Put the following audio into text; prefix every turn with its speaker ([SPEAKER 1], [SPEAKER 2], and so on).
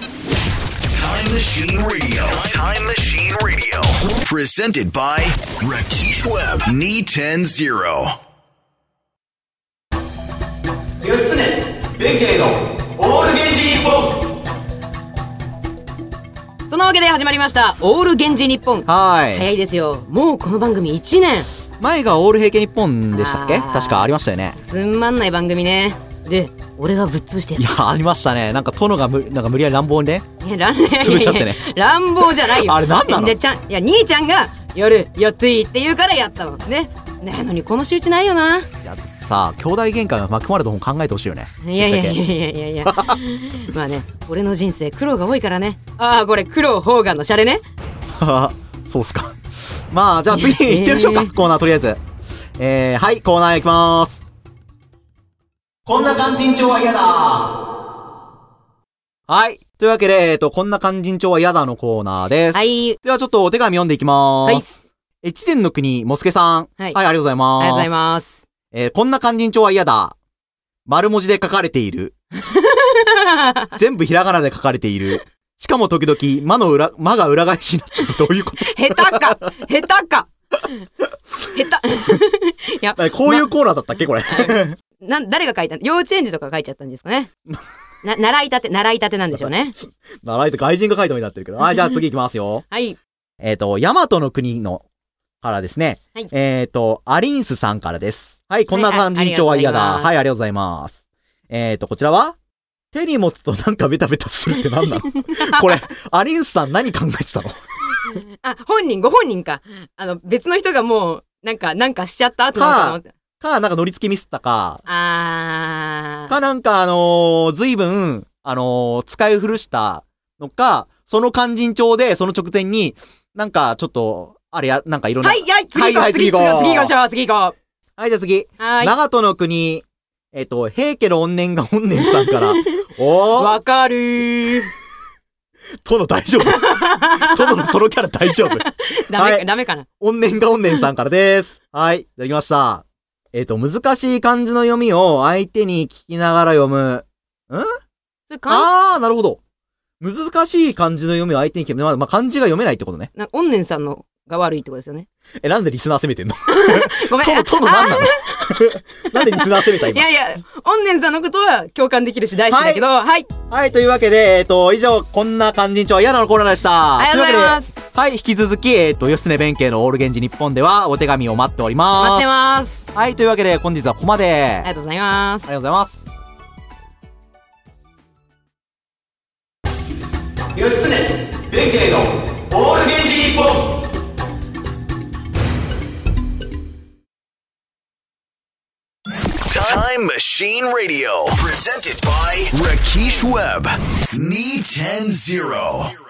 [SPEAKER 1] Time Machine Radio. Time Machine Radio. Presented by Rakesh Webb. E Knee 10 0.
[SPEAKER 2] 義経
[SPEAKER 3] 弁慶のオールゲンジ日本
[SPEAKER 2] そんなわけで始まりました「オール源氏日本」
[SPEAKER 4] はい。
[SPEAKER 2] 早いですよもうこの番組1年
[SPEAKER 4] 前がオール平家日本でしたっけ
[SPEAKER 2] あー
[SPEAKER 4] 確かありましたよね。
[SPEAKER 2] つんまんない番組ねで俺がぶっ潰して
[SPEAKER 4] い
[SPEAKER 2] や
[SPEAKER 4] や、ありましたね。なんか殿がむ、なんか無理やり乱暴にね。
[SPEAKER 2] るいや乱暴
[SPEAKER 4] 潰しちゃってね
[SPEAKER 2] 乱暴じゃないよ
[SPEAKER 4] あれ何なの
[SPEAKER 2] でちゃんいや兄ちゃんが夜やっていいって言うからやったのねなのにこの仕打ちないよない
[SPEAKER 4] や、さあ、兄弟喧嘩が巻き込まれた本考えてほしいよね。
[SPEAKER 2] いやいやいや
[SPEAKER 4] ぶっちゃけ
[SPEAKER 2] いやいやいや まあね俺の人生苦労が多いからねああこれ苦労方眼のシャレね
[SPEAKER 4] そうっすか。まあ、じゃあ次行ってみましょうか。
[SPEAKER 2] えー
[SPEAKER 4] コーナーとりあえず。えー、はい、コーナー行きまーす。こんな肝心帳は嫌だはい。というわけで、えっ、と、こんな肝心帳は嫌だのコーナーです。
[SPEAKER 2] はい
[SPEAKER 4] ではちょっとお手紙読んでいきまーす。はい。越前の国、もすけさん。
[SPEAKER 2] はい
[SPEAKER 4] ありがとうございま
[SPEAKER 2] あ
[SPEAKER 4] す。
[SPEAKER 2] りがとうございます
[SPEAKER 4] えーこんな肝心帳は嫌だ。丸文字で書かれてい る。全部ひらがなで書かれている。しかも時々、間の裏、間が裏返しになってるどういうこと
[SPEAKER 2] 下手か下手か下手 いや
[SPEAKER 4] 何こういうコーナーだったっけこれ。
[SPEAKER 2] なん、誰が書いたの幼稚園児とかが書いちゃったんですか ね。な、習いたて、習いたてなんでしょうね。
[SPEAKER 4] 習いて外人が書いたみたいになってるけど。はい、じゃあ次行きますよ。
[SPEAKER 2] はい。
[SPEAKER 4] えっ、と、ヤマトの国のからですね。
[SPEAKER 2] はい
[SPEAKER 4] えっ、と、アリンスさんからです。はい、こんな
[SPEAKER 2] はいあ
[SPEAKER 4] 感じに調は嫌
[SPEAKER 2] あ
[SPEAKER 4] だ。
[SPEAKER 2] りがとうございます
[SPEAKER 4] はい、ありがとうございます。えっ、と、こちらは手に持つとなんかベタベタするって何なのこ れ、アリンスさん何考えてたの
[SPEAKER 2] あ、本人、ご本人か。あの、別の人がもう、なんか、なんかしちゃった後なのかと思って。
[SPEAKER 4] か、なんか乗り付けミスったか、
[SPEAKER 2] あー。
[SPEAKER 4] かなんかあのー、随分、あのー、使い古したのか、その肝心帳で、その直前に、なんかちょっと、あれや、なんかいろんな。
[SPEAKER 2] はい、はい、次行こ
[SPEAKER 4] はいは
[SPEAKER 2] う、
[SPEAKER 4] い
[SPEAKER 2] 次行
[SPEAKER 4] 次行
[SPEAKER 2] こ
[SPEAKER 4] こ
[SPEAKER 2] う、
[SPEAKER 4] う
[SPEAKER 2] 次行こう、次行こう次行きましょう、次行こ
[SPEAKER 4] はい、じゃあ次。
[SPEAKER 2] う。はーい。
[SPEAKER 4] 長門の国、えっ、と、平家の怨念が怨念さん から、おー、
[SPEAKER 2] わかるー。
[SPEAKER 4] 殿大丈夫。 殿のソロキャラ大丈夫。
[SPEAKER 2] ダメ
[SPEAKER 4] は
[SPEAKER 2] か、
[SPEAKER 4] い
[SPEAKER 2] ダメかな。
[SPEAKER 4] 怨念が怨念さんからです。はい、いただきました。えっ、と、難しい漢字の読みを相手に聞きながら読む。
[SPEAKER 2] それかん、
[SPEAKER 4] あー、なるほど。難しい漢字の読みを相手に決め、まあ、まあ、漢字が読めないってことね。
[SPEAKER 2] な、おんねんさんのが悪いってことですよね。
[SPEAKER 4] え、なんでリスナー責めて んの
[SPEAKER 2] ごめん。
[SPEAKER 4] トノ、トノなんなの なんでリスナー責めた
[SPEAKER 2] い
[SPEAKER 4] 今
[SPEAKER 2] や。いや、おんねんさんのことは共感できるし大好きだけど、はい。
[SPEAKER 4] はい、というわけで、えっ、と、以上、こんな感じ長嫌なのコーナーでした。
[SPEAKER 2] ありがとうございます
[SPEAKER 4] というわけではい、引き続き、えっ、と、吉常弁慶のオールゲンジ日本ではお手紙を待っております。
[SPEAKER 2] 待ってます。
[SPEAKER 4] はい、というわけで、本日はここまで。
[SPEAKER 2] あり
[SPEAKER 4] あ
[SPEAKER 2] がとうございます。
[SPEAKER 4] りがとうございます。
[SPEAKER 3] 義経弁慶のオールゲンジ日本
[SPEAKER 1] Time Machine E Radio. Presented by Rakesh Webb. Knee 10 0.